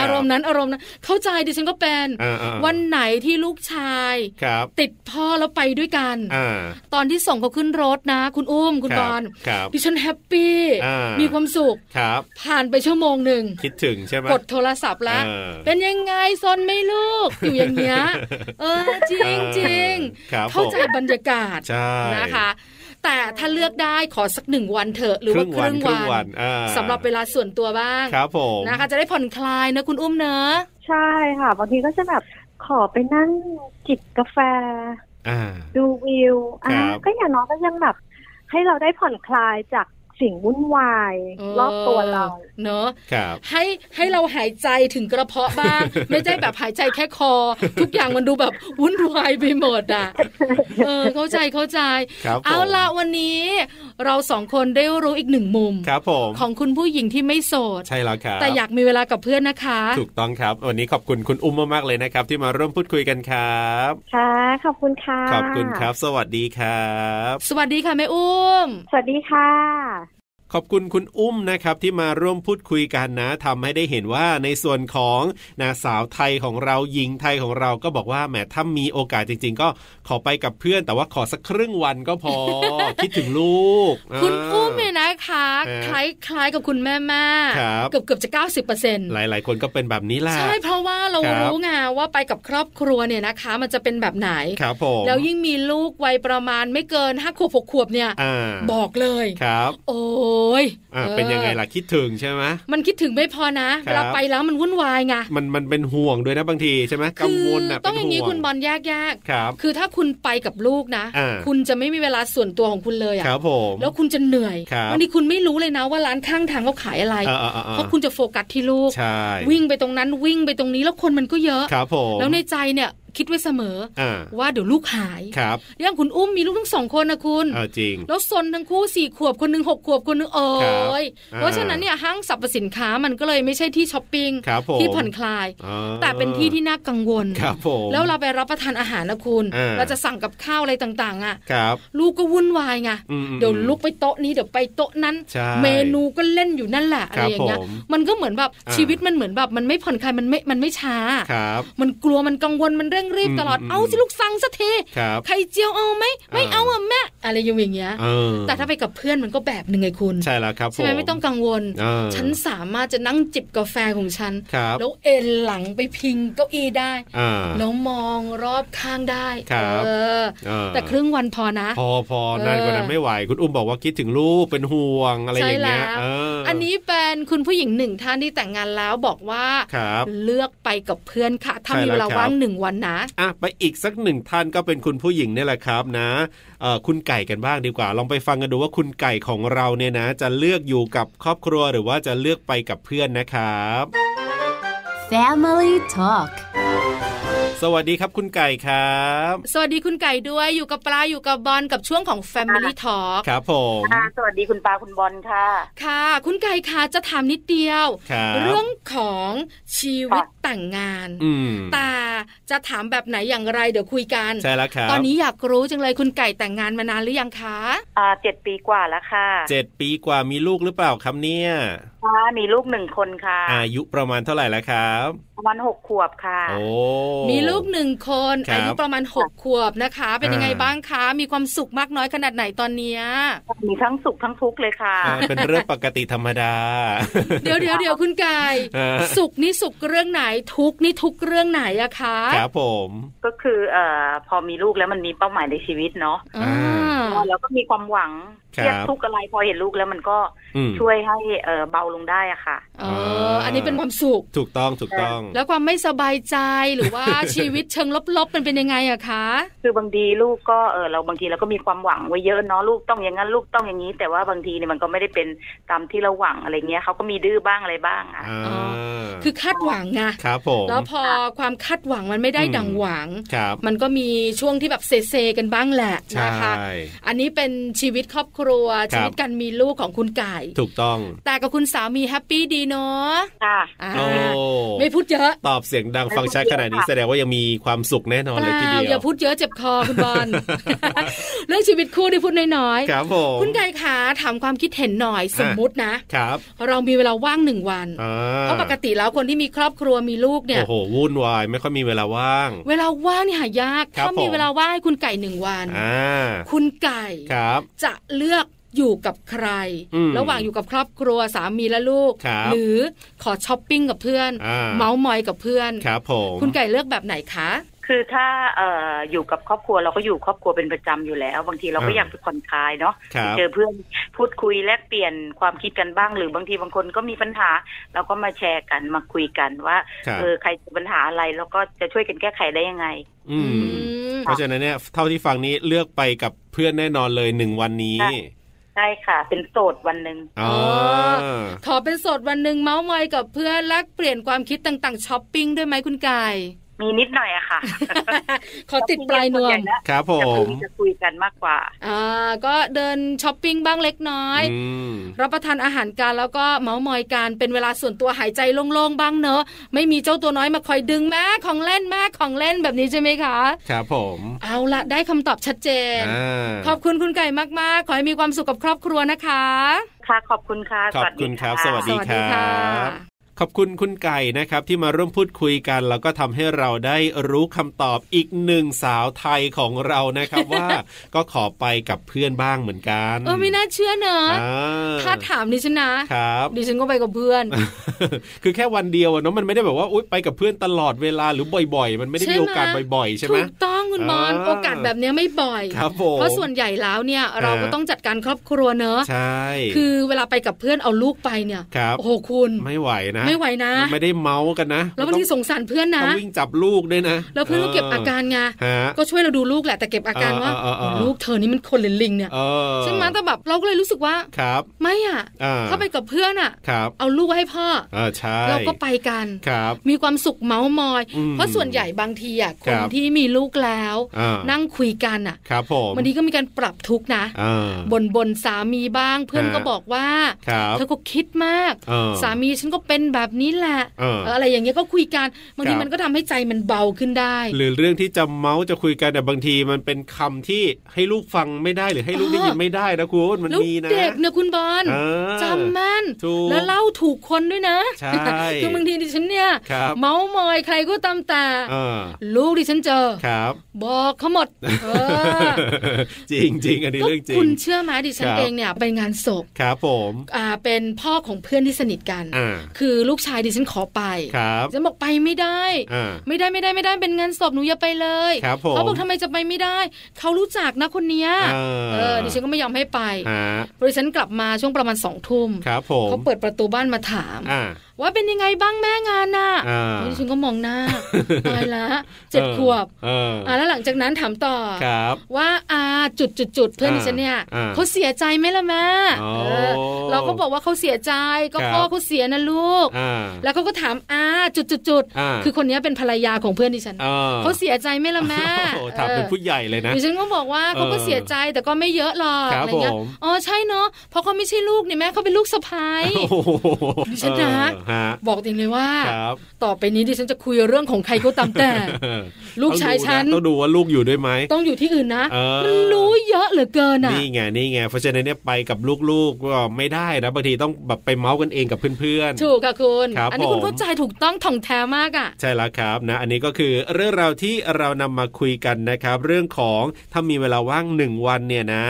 S1: อารมณ์นั้นอารมณ์นั้นเข้าใจดิฉันก็เป็น
S2: เออเออ
S1: วันไหนที่ลูกชาย
S2: ครับ
S1: ติดพ่อแล้วไปด้วยกัน
S2: อ่า
S1: ตอนที่ส่งเขาขึ้นรถนะ คุณอุ้มคุณ
S2: ครับ
S1: บอล
S2: ครับ
S1: ดิฉันแฮปปี้
S2: อ่ามี
S1: มีความสุข
S2: ครับ
S1: ผ่านไปชั่วโมงหนึ่ง
S2: คิดถึงใช่ไหม
S1: กดโทรศัพท์ละ
S2: ออ
S1: เป็นยังไงซนไหม่ลูก อยู่อย่างเงี้ยเออจริงจริง
S2: ครับ
S1: เข้าใจ
S2: ผม
S1: บรรยากาศ
S2: ใช่
S1: นะคะ แต่ถ้าเลือกได้ขอสักหนึ่งวันเถอะหรือ
S2: ค
S1: ว่า
S2: รึ่ง
S1: ค
S2: วัน
S1: รึ่ง
S2: ครึ่ง
S1: วั
S2: วัน
S1: น
S2: อ่า
S1: สำหรับเวลาส่วนตัวบ้าง
S2: ครับผม
S1: นะคะ จะได้ผ่อนคลายนะคุณอุ้มเนอะ
S5: ใช่ค่ะบางทีก็จะแบบขอไปนั่งจิบกาแฟ
S2: อ่า
S5: ดูวิวอ่ะ
S2: ครับ
S5: ก็อย่างน้อยก็ยังแบบ ให้เราได้ผ่อนคลายจากสิ่งวุ่นวาย
S1: เ
S5: รอบตัวเรา
S1: เนอะ
S2: ครับ
S1: ให้ให้เราหายใจถึงกระเพาะ
S2: *laughs*
S1: บ้าง ไม่ใช่แบบหายใจแค่คอ ทุกอย่างมันดูแบบวุ่นวายไปหมดอ่ะเออเข้าใจเข้าใจ
S2: ครับผม
S1: เอาละวันนี้ เราสองคนได้รู้อีกหนึ่งมุม
S2: ครับผม
S1: ของคุณผู้หญิงที่ไม่โสด
S2: ใช่แล้วครับ
S1: แต่อยากมีเวลากับเพื่อนนะคะ
S2: ถูกต้องครับ วันนี้ขอบคุณคุณอุ้มมากๆเลยนะครับ ที่มาร่วมพูดคุยกันครับ
S5: ค่ะ ขอบคุณค่ะ
S2: ขอบคุณครับ สวัสดีครับ
S1: สวัสดีค่ะแม่อุ้ม
S5: สวัสดีค่ะ
S2: ขอบคุณคุณอุ้มนะครับที่มาร่วมพูดคุยกันนะทำให้ได้เห็นว่าในส่วนของนะสาวไทยของเราหญิงไทยของเราก็บอกว่าแหมถ้ามีโอกาสจริง ๆ ก็ขอไปกับเพื่อน แต่ว่าขอสักครึ่งวันก็
S1: *laughs*
S2: พอ คิดถึงลูกา
S1: คุณอุ้มเนี่ยนะคะค
S2: ฮะ
S1: ล้ายคล้ายๆกับคุณแม่แม่
S2: ครับ
S1: เกือบเกือบๆจะ 90%เปอร์เซ็นต์
S2: หลาย ๆ คนก็เป็นแบบนี้แหละ
S1: ใช่เพราะว่าเรา
S2: ครับ
S1: รู้ไงว่าไปกับครอบครัวเนี่ยนะคะ มันจะเป็นแบบไหน
S2: ครับผม
S1: แล้วยิ่งมีลูกวัยประมาณไม่เกินห้าขวบหกขวบเนี่ย
S2: อ่า
S1: บอกเลย
S2: ครับ
S1: โอ้ย
S2: อ่าเป็นยังไงล่ะคิดถึงใช่ไหม
S1: มันคิดถึงไม่พอนะเวลา
S2: ครับ
S1: ไปแล้วมันวุ่นวายไง
S2: มันมันเป็นห่วงด้วยนะบางทีใช่ไหมกังวล
S1: คือ
S2: อ่ะ
S1: ต้องอย่าง
S2: นี้
S1: นี้คุณบอลแยกแยกๆ
S2: ครับ
S1: คือถ้าคุณไปกับลูกนะ
S2: อ่า
S1: คุณจะไม่มีเวลาส่วนตัวของคุณเลย
S2: ครั
S1: อะ่ะ
S2: บผม
S1: แล้วคุณจะเหนื่อย
S2: ครับ
S1: วันนี้คุณไม่รู้เลยนะว่าร้านข้างทางเขาขายอะไร
S2: อ่อ่อ่อ่
S1: เพราะคุณจะโฟกัสที่ลูก
S2: ใช่
S1: วิ่งไปตรงนั้นวิ่งไปตรงนี้แล้วคนมันก็เยอะ
S2: ครับผม
S1: แล้วในใจเนี่ยคิดไว้เสมอ
S2: อ่า
S1: ว่าเดี๋ยวลูกหาย
S2: ครับ
S1: เรื่องคุณอุ้มมีลูกทั้งสองคนนะคุณ
S2: เออจริง
S1: แล้วซนทั้งคู่สี่ขวบคนหนึ่งหกขวบคนหนึ่งเอ
S2: ครับ
S1: ย
S2: อ่า
S1: เพราะฉะนั้นเนี่ยห้างสรรพสินค้ามันก็เลยไม่ใช่ที่ช้อปปิ้ง
S2: ครับผม
S1: ที่ผ่อนคลาย
S2: อ่า
S1: แต่เป็นที่ที่น่ากังวล
S2: ครับผม
S1: แล้วเราไปรับประทานอาหารนะคุณ
S2: อ่า
S1: เราจะสั่งกับข้าวอะไรต่างๆ อ่ะ
S2: ครับ
S1: ลูกก็วุ่นวายไง
S2: อืมอืม
S1: เดี๋ยวลุกไปโต๊ะนี้เดี๋ยวไปโต๊ะนั้น
S2: ใช่
S1: เมนูก็เล่นอยู่นั่นแหละอะ
S2: ครั
S1: ไร
S2: บ
S1: อย่างเงี้ย
S2: ผม
S1: มันก็เหมือนแบบ
S2: อ่า
S1: ชีวิตมันเหมือนแบบมันไม่ผ่อนคลายมันไม่ มันไม่ช้า
S2: ครับ
S1: มันกลัวมันกังวลมันเร่งรีบ
S2: อืม
S1: ตลอด
S2: อืม
S1: เอาสิลูกสั่งสักที
S2: ครับ
S1: ไข่เจียวเอาไหม ไม่
S2: อ่า
S1: เอาอ่ะแม่ อะไรอย่างเงี้ย
S2: เออ
S1: แต่ถ้าไปกับเพื่อนมันก็แบบหนึ่งไงคุณ
S2: ใช่แล้วครับ
S1: ใช่ไหม
S2: ผ
S1: ไม่ต้องกังวล
S2: เออ
S1: ฉันสามารถจะนั่งจิบกาแฟของฉัน
S2: ครับ
S1: แล้วเอนหลังไปพิงเก้าอี้ได้
S2: อ่า
S1: แล้วมองรอบข้างได้
S2: ครับ
S1: เออ
S2: เออ
S1: แต่ครึ่งวันพอนะ
S2: พอพอนานกว่านั้นไม่ไหว คุณอุ้มบอกว่าคิดถึงลูกเป็นห่วงอะไรอย่างเงี้ย
S1: ใช่แล้ว
S2: เออ
S1: อั
S2: อั
S1: นนี้เป็นคุณผู้หญิงหนึ่งท่านที่แต่งงานแล้วบอกว่า
S2: ครับ
S1: เลือกไปกับเพื่อนค่ะ ถ้า
S2: ใช่
S1: มี
S2: แล้ว
S1: เวลา
S2: ครับ
S1: ว่างหนึ่งวันนะ
S2: อ่ะไปอีกสักหนึ่งท่านก็เป็นคุณผู้หญิงเนี่ยแหละครับนะเอ่อคุณไก่กันบ้างดีกว่า ลองไปฟังกันดูว่าคุณไก่ของเราเนี่ยนะ จะเลือกอยู่กับครอบครัวหรือว่าจะเลือกไปกับเพื่อนนะครับ
S4: Family Talk
S2: สวัสดีครับคุณไก่ครับ
S1: สวัสดีคุณไก่ด้วยอยู่กับปลาอยู่กับบอลกับช่วงของ Family Talk
S2: ครับผม
S6: ค่ะสวัสดีคุณปาคุณบอลค่ะ
S1: ค่ะ คุณไก่ค่ะจะถามนิดเดียว
S2: ครับ
S1: เรื่องของชีวิตแต่งงาน
S2: อืม
S1: แต่จะถามแบบไหนอย่างไรเดี๋ยวคุยกัน
S2: ใช่แล้วครับ
S1: ตอนนี้อยากรู้จังเลยคุณไก่แต่งงานมานานหรือยังคะ
S6: อ่าเจ็ดปีกว่าแล้วค่ะ
S2: เจ็ดปีกว่ามีลูกหรือเปล่าครับเนี่ย
S6: ค่ะมีลูกหนึ่งคนค่ะ
S2: อายุประมาณเท่าไหร่แล้วครับ
S6: ประมาณหกขวบค่ะ
S2: โอ้
S1: มีลูกหนึ่งคน
S2: ครับ
S1: อายุประมาณหกขวบนะคะ เป็นยังไง
S2: อ่า
S1: บ้างคะ มีความสุขมากน้อยขนาดไหนตอนเนี้ย
S6: มีทั้งสุขทั้งทุกข์เลยค่ะ
S2: อ่าเป็นเรื่องปกติธรรมดา
S1: เดี๋ยวเดี๋ยวเดี๋ยวคุณไก่ *laughs*
S2: อ่า
S1: สุขนี่สุขเรื่องไหนทุกข์นี่ทุกข์เรื่องไหนอะคะ
S2: ครับผม
S6: ก็คือเอ่อพอมีลูกแล้วมันมีเป้าหมายในชีวิตเนาะ
S1: อ่า
S6: แล้วก็มีความหวัง
S2: ครับ
S6: เครียดทุกข์อะไรพอเห็นลูกแล้วมันก็
S2: อืม
S6: ช่วยให้เอ่อเบาลงได้อะค่ะ
S1: เออ
S2: อ่า
S1: อันนี้เป็นความสุข
S2: ถูกต้องถูกต้อง
S1: แล้วความไม่สบายใจหรือว่า *laughs* ชีวิตเชิงลบๆมันเป็นยังไงอะคะ
S6: คือบางทีลูกก็เออเราบางทีเราก็มีความหวังไว้เยอะเนาะลูกต้องอย่างนั้นลูกต้องอย่างนี้ แต่ว่าบางทีเนี่ยมันก็ไม่ได้เป็นตามที่เราหวังอะไรเงี้ยเขาก็มีดื้อบ้างอะไรบ้างอะ
S2: อ่า
S1: อ๋ คือคาดหวังไง
S2: ครับผม
S1: แล้วพอความคาดหวังมันไม่ได้
S2: อืม
S1: ดังหวัง
S2: ครับ
S1: มันก็มีช่วงที่แบบเซเซกันบ้างแหละ
S2: ใช่
S1: นะคะ อันนี้เป็นชีวิตครอบครัว
S2: ครับ
S1: ชีวิตการมีลูกของคุณไก่
S2: ถูกต้อง
S1: แต่กับคุณสามีแฮปปี้ดีเนาะ
S6: ค่ะ
S1: อ่า
S2: โอ้
S1: ไม่พูดเยอะ
S2: ตอบเสียงดังฟังชัดขนาดนี้แสดงว่ายังมีความสุขแน่นอน
S1: เป
S2: เลย
S1: ล่า
S2: ทีเดียว
S1: อย่าพูดเยอะเจ็บคอคุณบอล *laughs* เรื่องชีวิตคู่ที่พูดน้อย
S2: ครับผม
S1: ๆคุณไก่ขาถามความคิดเห็นหน่อยสมมุตินะ
S2: ครับ
S1: เรามีเวลาว่างหนึ่งวัน
S2: อ่
S1: เพราะปกติแล้วคนที่มีครอบครัวมีลูกเนี่ย
S2: โอ้โหวุ่นวายไม่ค่อยมีเวลาว่าง
S1: เวลาว่างเนี่ยหายาก
S2: ครับ
S1: ถ้ามี
S2: ผม
S1: เวลาว่างให้คุณไก่หนึ่งวัน
S2: อ่า
S1: คุณไก่
S2: ครับ
S1: จะเลือกอยู่กับใคร
S2: อืม
S1: ระหว่างอยู่กับครอบครัวสามีและลูก
S2: ครับ
S1: หรือขอช้อปปิ้งกับเพื่อน
S2: อ่า
S1: เมาส์มอยกับเพื่อน
S2: ครับผม
S1: คุณไก่เลือกแบบไหนคะ
S6: คือถ้าเอ่ออยู่กับครอบครัวเราก็อยู่ครอบครัวเป็นประจำอยู่แล้ว บางทีเราก็อยากไปผ่อนคลายเนาะ
S2: ครับ
S6: เจอเพื่อนพูดคุยแลกเปลี่ยนความคิดกันบ้าง หรือบางทีบางคนก็มีปัญหาเราก็มาแชร์กันมาคุยกันว่า
S2: ครับ
S6: เออใครเจอปัญหาอะไรแล้วก็จะช่วยกันแก้ไขได้ยังไง
S2: อืม
S1: อืม
S2: เพราะฉะนั้นเนี่ยเท่าที่ฟังนี้เลือกไปกับเพื่อนแน่นอนเลยหนึ่งวันนี้
S6: ค่ะ ใช่ค่ะ เป็นโสดวันหนึ่ง
S2: อ๋อ
S1: ขอเป็นโสดวันหนึ่งเมาส์มอยกับเพื่อนแลกเปลี่ยนความคิดต่างๆช้อปปิ้งด้วยไหมคุณไก่
S6: มีนิดหน่อยอะ
S2: *laughs*
S6: ค่ะ
S1: ขอติดปลายนวม
S2: ครับผ
S6: จะคุ
S2: ม
S6: ยจะคุยกันมากกว่า
S1: อ่าก็เดินช้อปปิ้งบ้างเล็กน้อย
S2: อืม
S1: รับประทานอาหารกันแล้วก็เมาส์มอยกันเป็นเวลาส่วนตัวหายใจโล่งๆบ้างเนอะ ไม่มีเจ้าตัวน้อยมาคอยดึงแม่ของเล่นแม่ของเล่นแบบนี้ใช่ไหมคะ
S2: ครับผม
S1: เอาละได้คำตอบชัดเจน
S2: อ่า
S1: ขอบคุณคุณไก่มากๆ ขอให้มีความสุขกับครอบครัวนะคะ
S6: ค่ะขอบคุณค่ะ
S2: ขอบ
S6: สวัสดี
S2: คุณครับ
S6: ะ
S2: สวัสดี ครับ ขอบคุณคุณไก่นะครับที่มาร่วมพูดคุยกัน แล้วก็ทำให้เราได้รู้คำตอบอีกหนึ่งสาวไทยของเรานะครับ
S1: *laughs*
S2: ว่าก็ขอไปกับเพื่อนบ้างเหมือนกัน
S1: เออไม่น่าเชื่อเนอะ
S2: อ่า
S1: ถ้าถามดิฉันนะครับ ดิฉันก็ไปกับเพื่อน
S2: *laughs* คือแค่วันเดียวอะเนาะมันไม่ได้แบบว่าอุ๊ยไปกับเพื่อนตลอดเวลาหรือบ่อยๆ มันไม่ได้
S1: ใช่
S2: มี
S1: ไหม
S2: โอกาสบ่อยๆ ใช่ไหม
S1: ถูกต้องคุณบอล
S2: อ่า
S1: โอกาสแบบเนี้ยไม่บ่อย
S2: ครับผม
S1: เพราะส่วนใหญ่แล้วเนี่ยเราก็
S2: ฮะ
S1: ต้องจัดการครอบครัวเนอะ
S2: ใช่
S1: คือเวลาไปกับเพื่อนเอาลูกไปเนี่ย
S2: ครับ
S1: โอ้โหคุณ
S2: ไม่ไหวนะ
S1: ไม่ไหวนะ
S2: มันไม่ได้เมาส์กันนะ
S1: แล้วบางทีสงสารเพื่อน
S2: ต้
S1: นะ
S2: องวิ่งจับลูกด้วยนะ
S1: แล้วเพื่อนก็เก็บอาการไง
S2: ฮะ
S1: ก็ช่วยเราดูลูกแหละแต่เก็บอาการว่า
S2: เออเออเออ
S1: โอ้ลูกเธอนี่มันคนหรือลิงเนี่ย
S2: เออ
S1: ซึ่งมันก็แบบเราก็เลยรู้สึกว่า
S2: ครับ
S1: ไม่อ่ะ
S2: อ่า
S1: เข้าไปกับเพื่อนอ่ะ
S2: ครับ
S1: เอาลูกไว้ให้พ่อ
S2: เออใช่
S1: เราก็ไปกัน
S2: ครับ
S1: มีความสุขเมาส์มอย
S2: อืม
S1: เพราะส่วนใหญ่บางทีอ่ะค
S2: ครั
S1: น
S2: บ
S1: ที่มีลูกแล้ว
S2: อ่า
S1: นั่งคุยกันอ่ะ
S2: ครับผม
S1: บางทีก็มีการปรับทุกข์นะ
S2: อ่า
S1: บ่นบนสามีบ้างเพื่อน
S2: ฮะ
S1: ก็บอกว่า
S2: ครับ
S1: เธอก็คิดมาก
S2: เออ
S1: สามีฉันก็เป็นแบบนี้แหละ
S2: เออ
S1: เอออะไรอย่างเงี้ยก็คุยกันบางที
S2: ครับ
S1: มันก็ทำให้ใจมันเบาขึ้นได้
S2: หรือเรื่องที่จะเมาส์จะคุยกันแต่ยบางทีมันเป็นคำที่ให้ลูกฟังไม่ได้หรือให้ลูกได้ยินไม่ได้นะคุณมัน
S1: แล้ว
S2: มีนะ
S1: เด็กเนี่ยคุณบอล
S2: เออ
S1: จำแม่น
S2: ถูก
S1: แล้วเล่าถูกคนด้วยนะ
S2: ใช่
S1: *laughs* คือบางทีดิฉันเนี่ย
S2: ครับ
S1: เมาส์มอยใครก็ตามแต่
S2: เออ
S1: ลูกดิฉันเจอ
S2: ครับ
S1: บอกเขาหมดเออ
S2: จริงจ *laughs* ริงๆอันนี้
S1: ก็
S2: เรื่องจริ
S1: คุ
S2: ง
S1: ณเชื่อไหมดิฉัน
S2: ครับ
S1: เองเนี่ยไปงานศพ
S2: ครับผม
S1: อ่าเป็นพ่อของเพื่อนที่สนิทกัน
S2: อ่า
S1: คือลูกชายดิฉันขอไป
S2: ครับ
S1: ฉันบอกไปไม่ได้
S2: อ่า
S1: ไม่ได้ไม่ได้ไม่ได้เป็นงานศพหนูอย่าไปเลย
S2: ครับผม
S1: เขาบอกทำไมจะไปไม่ได้ เขารู้จักนะคนเนี้ย
S2: เออ
S1: เออดิฉันก็ไม่ยอมให้ไป
S2: ฮะ
S1: บริษัทกลับมาช่วงประมาณสองทุ่ม
S2: ครับผม
S1: เขาเปิดประตูบ้านมาถาม
S2: อ่า
S1: ว่าเป็นยังไงบ้างแม่งานน่ะ
S2: อ่า
S1: โอ้ยดิฉันก็มองห
S2: *laughs*
S1: น้า ตายละเจ็ดขวบ
S2: เออเอ
S1: อ่า
S2: อ
S1: แล้วหลังจากนั้นถามต่อ
S2: ครับ
S1: ว่าอาจุดจุดจุดเพื่อน
S2: อ่า
S1: ดิฉันเนี่ย
S2: อ่า
S1: เขาเสียใจไหมล่ะแม่
S2: อ๋อ
S1: เออเราก็บอกว่าเขาเสียใจก็
S2: ครับ
S1: พ่อเขาเสียนะลูก
S2: อ่า
S1: แล้วเขาก็ถามอาจุดจุดจุด
S2: อ่า
S1: คือคนเนี้ยเป็นภรรยาของเพื่อนดิฉัน
S2: เออ
S1: เขาเสียใจไหมล่ะแม่
S2: *laughs* โอ้โหถามเป็นผู้ใหญ่เลย
S1: เอ
S2: นะ
S1: อดิฉันก็บอกว่าเขาก็เสียใจแต่ก็ไม่เยอะหรอก
S2: ครับ
S1: อะไรเงี้ย
S2: ผม
S1: อ๋อใช่เนาะเพราะเขาไม่ใช่ลูกนี่แม่เขาเป็นลูกสะพ้าย
S2: โอ้โห
S1: ดิฉันนะ
S2: เออฮะ
S1: *laughs* บอกจริงเลยว่า
S2: ครับ
S1: ต่อไปนี้ดิฉันจะคุยเรื่องของใครก็ตาม
S2: *laughs*
S1: แต่
S2: เออ
S1: ลูกชายฉัน
S2: ต้องดูะต้องดูว่าลูกอยู่ด้วยไหม
S1: ต้องอยู่ที่อื่นนะ
S2: เออ
S1: มันรู้เยอะเหลือเกินอ่ะ
S2: นี่ไงนี่ไงเพราะฉะนั้นเนี่ยไปกับลูกๆก็ไม่ได้นะบางทีต้องแบบไปเมาส์กันเองกับเพื่อน
S1: ถูกค่ะคุณ
S2: ครับ
S1: อันี้คุณ
S2: ผม
S1: เข้าใจถูกต้องถ่องแท้มากอ่ะ
S2: ใช่แล้วครับนะอันนี้ก็คือเรื่องราวที่เรานำมาคุยกันนะครับ เรื่องของถ้ามีเวลาว่างหนึ่งวันเนี่ยนะ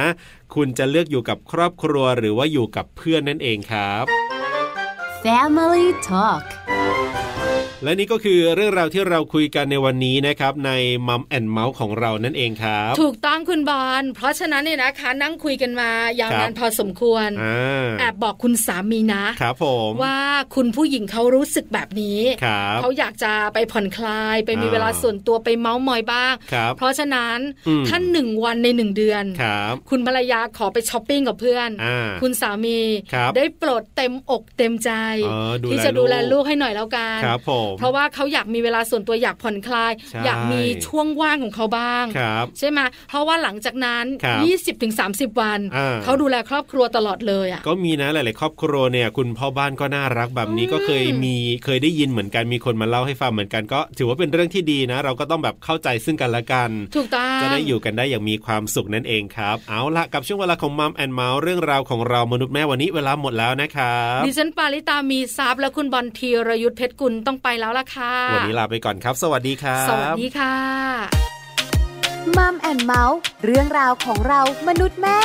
S2: คุณจะเลือกอยู่กับครอบครัวหรือว่าอยู่กับเพื่อนนั่นเองครับ
S4: Family Talk
S2: และนี่ก็คือเรื่องราวที่เราคุยกันในวันนี้นะครับ ในมัมแอนเมาส์ของเรานั่นเองครับ
S1: ถูกต้องคุณบอลเพราะฉะนั้นเนี่ยนะคะ นั่งคุยกันมายาว
S2: ครับ
S1: นานพอสมควร
S2: อ่า
S1: แอบบอกคุณสามีนะ
S2: ครับผม
S1: ว่าคุณผู้หญิงเขารู้สึกแบบนี้
S2: ครับ
S1: เขาอยากจะไปผ่อนคลาย ไปมี
S2: อ่า
S1: เวลาส่วนตัวไปเมาส์มอยบ้าง
S2: ครับ
S1: เพราะฉะนั้น
S2: อืม
S1: ท่านหนึ่งวันในหนึ่งเดือน
S2: ครับ
S1: คุณภรรยาขอไปช้อปปิ้งกับเพื่อน
S2: อ่า
S1: คุณสามี
S2: ครับ
S1: ได้โปรดเต็มอกเต็มใจ
S2: เออดูแล
S1: ที่จะดูแล
S2: ลูก
S1: ลูกให้หน่อยแล้วกัน
S2: ครับผม
S1: เพราะว่าเขาอยากมีเวลาส่วนตัวอยากผ่อนคลาย
S2: ใช่
S1: อยากมีช่วงว่างของเขาบ้าง
S2: ครับ
S1: ใช่ไหมเพราะว่าหลังจากนั้น
S2: ครับ
S1: 20-30 วัน
S2: อ่า
S1: เขาดูแลครอบครัวตลอดเลยอ่ะ
S2: ก็มีนะหลาย ๆ ครอบครัวเนี่ยคุณพ่อบ้านก็น่ารักแบบนี้
S1: อืม
S2: ก็เคยมีเคยได้ยินเหมือนกันมีคนมาเล่าให้ฟังเหมือนกันก็ ถือว่าเป็นเรื่องที่ดีนะ เราก็ต้องแบบเข้าใจซึ่งกันและกัน
S1: ถูกต้อง
S2: จะได้อยู่กันได้อย่างมีความสุขนั่นเองครับ เอาละกับช่วงเวลาของมัมแอนเมาส์เรื่องราวของเรามนุษย์แม่วันนี้เวลาหมดแล้วนะครับ
S1: ดิฉันปาริตามีซับและคุณบอลทีรยุทธเพชรกุลต้องไปแล้วล่ะค่ะ
S2: วันนี้ลาไปก่อนครับ สวัสดีครับ
S1: สวัสดีค่ะ
S4: มัมแอนเมาส์เรื่องราวของเรามนุษย์แม่